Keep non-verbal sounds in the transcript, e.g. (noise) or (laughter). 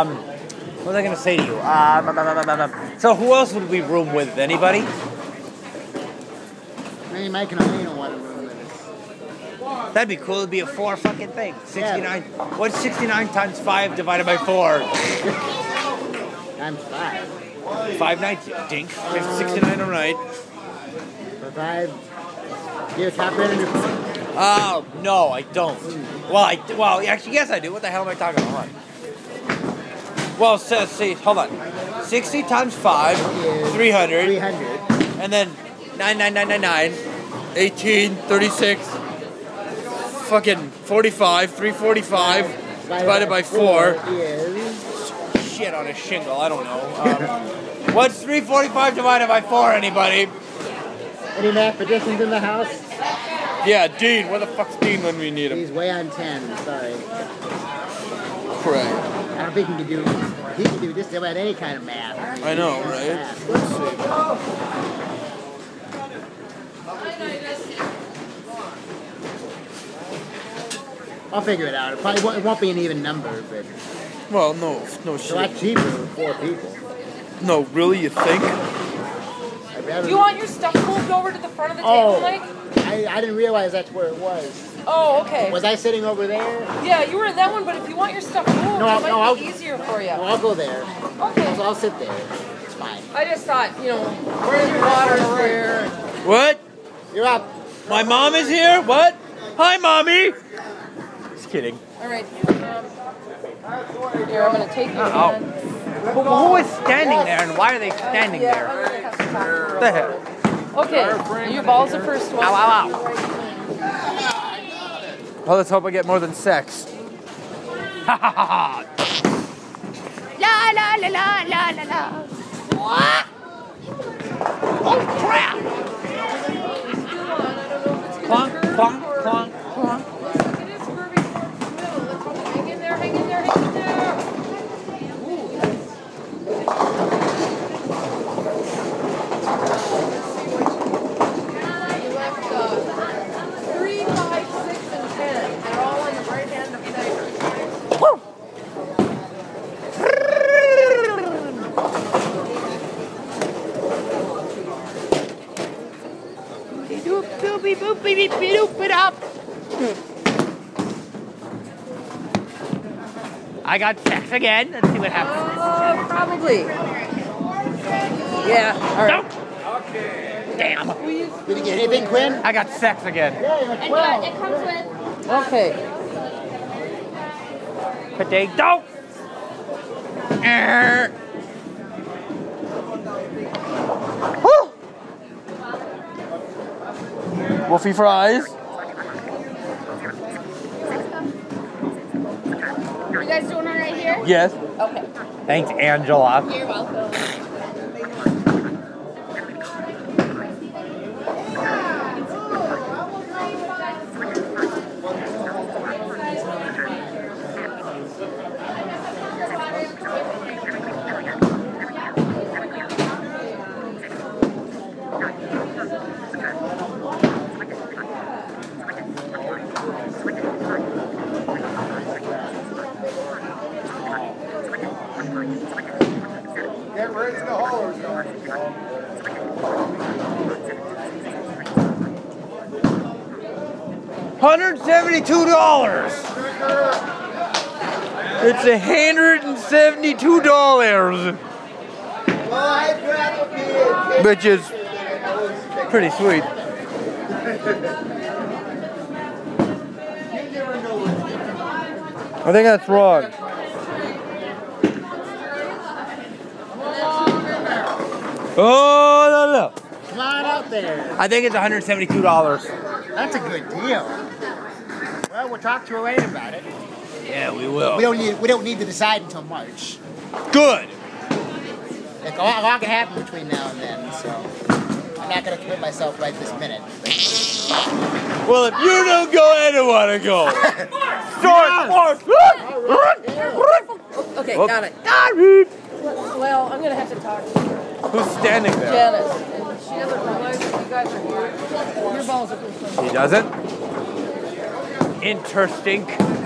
Um, What was I going to say to you? Uh, blah, blah, blah, blah, blah. so who else would we room with? Anybody? Me making a meal what a room it is. That'd be cool. It'd be a four fucking thing. 69. What's 69 times 5 divided by 4? Times five. 5 nights, you dink. 50, 69 a night. For five. Do you top rated your phone? Oh, no, I don't. Well, I, well, actually, yes, I do. What the hell am I talking about? Hold on. Well, so, see, hold on. 60 times 5, 300. 300. And then 99999, 18, 36, fucking 45, 345, divided by 4. Is Shit on a shingle, I don't know. Um, what's 345 divided by 4, anybody? any mathematicians in the house? Yeah, Dean, where the fuck's Dean when we need him? He's way on ten. Sorry. Right. I don't think he can do. He can do just about any kind of math. I know, right? Math. Let's see. I'll figure it out. It probably won't, it won't be an even number, but it's Well, no, no a shit. lot cheaper with four people. No, really, you think? I'd rather. You want your stuff moved over to the front of the oh, table, Mike? I, I didn't realize that's where it was. Oh, okay. Was I sitting over there? Yeah, you were in that one, but if you want your stuff moved, No, it might no, be I'll- easier for you. No, I'll go there. So Okay. I'll sit there. It's fine. I just thought, you know, where's your water and where? What? You're up. My mom is here? What? Hi, mommy! Just kidding. All right. um, Here, I'm gonna Uh, take you. oh, man. But who is standing there and why are they standing Yeah, there? I'm gonna have to talk to her. What the hell? Okay, your ball's the first one. Ow, ow, Well, let's hope I get more than sex. Ha ha ha ha! La la la la la la la. What? Oh crap! Clunk, clonk, clonk, clonk. Hang in there, hang in there, hang in there. You left the three, five, six, and ten. They're all on the right hand of the dice. I got sex again. Let's see what happens. Uh, probably. Yeah, all right. Damn! Did you get anything, Quinn? I got sex again. Yeah, you're And twelve. uh, it comes with Okay. Potato. Err. Woo! Wolfie fries. you guys doing all right here? Yes. Okay. Thanks, Angela. You're welcome. Get ready to holler, John. Hundred seventy-two dollars. It's a hundred and seventy-two dollars, Well, I'd rather be a which is kid. pretty sweet. You never know what's going on. I think that's wrong. Oh no no! Come on out there. I think it's one hundred seventy-two dollars. That's a good deal. Well, we'll talk to her later about it. Yeah, we We will. don't need. We don't need to decide until March. Good. Like, a lot, a lot can happen between now and then, so I'm not gonna commit myself right this minute. Well, if you don't go, I don't want to (laughs) go. Okay, Whoop. got it. Well, I'm gonna have to talk to Who's standing there? Janice. And she doesn't realize that you guys are here. Your balls are He doesn't. Interesting.